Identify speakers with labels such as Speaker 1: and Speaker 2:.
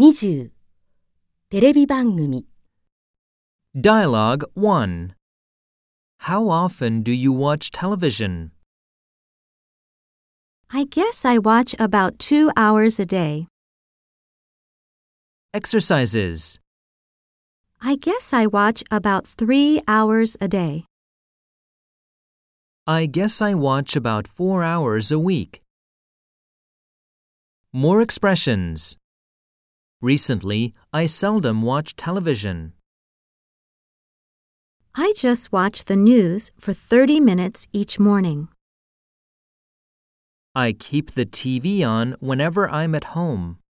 Speaker 1: 20テレビ番組
Speaker 2: Dialogue 1 How often do you watch television?
Speaker 3: I guess I watch about two hours a day.
Speaker 2: Exercises.
Speaker 3: I guess I watch about three hours a day.
Speaker 2: I guess I watch about four hours a week. More expressions. Recently, I seldom watch television.
Speaker 3: I just watch the news for 30 minutes each morning.
Speaker 2: I keep the TV on whenever I'm at home.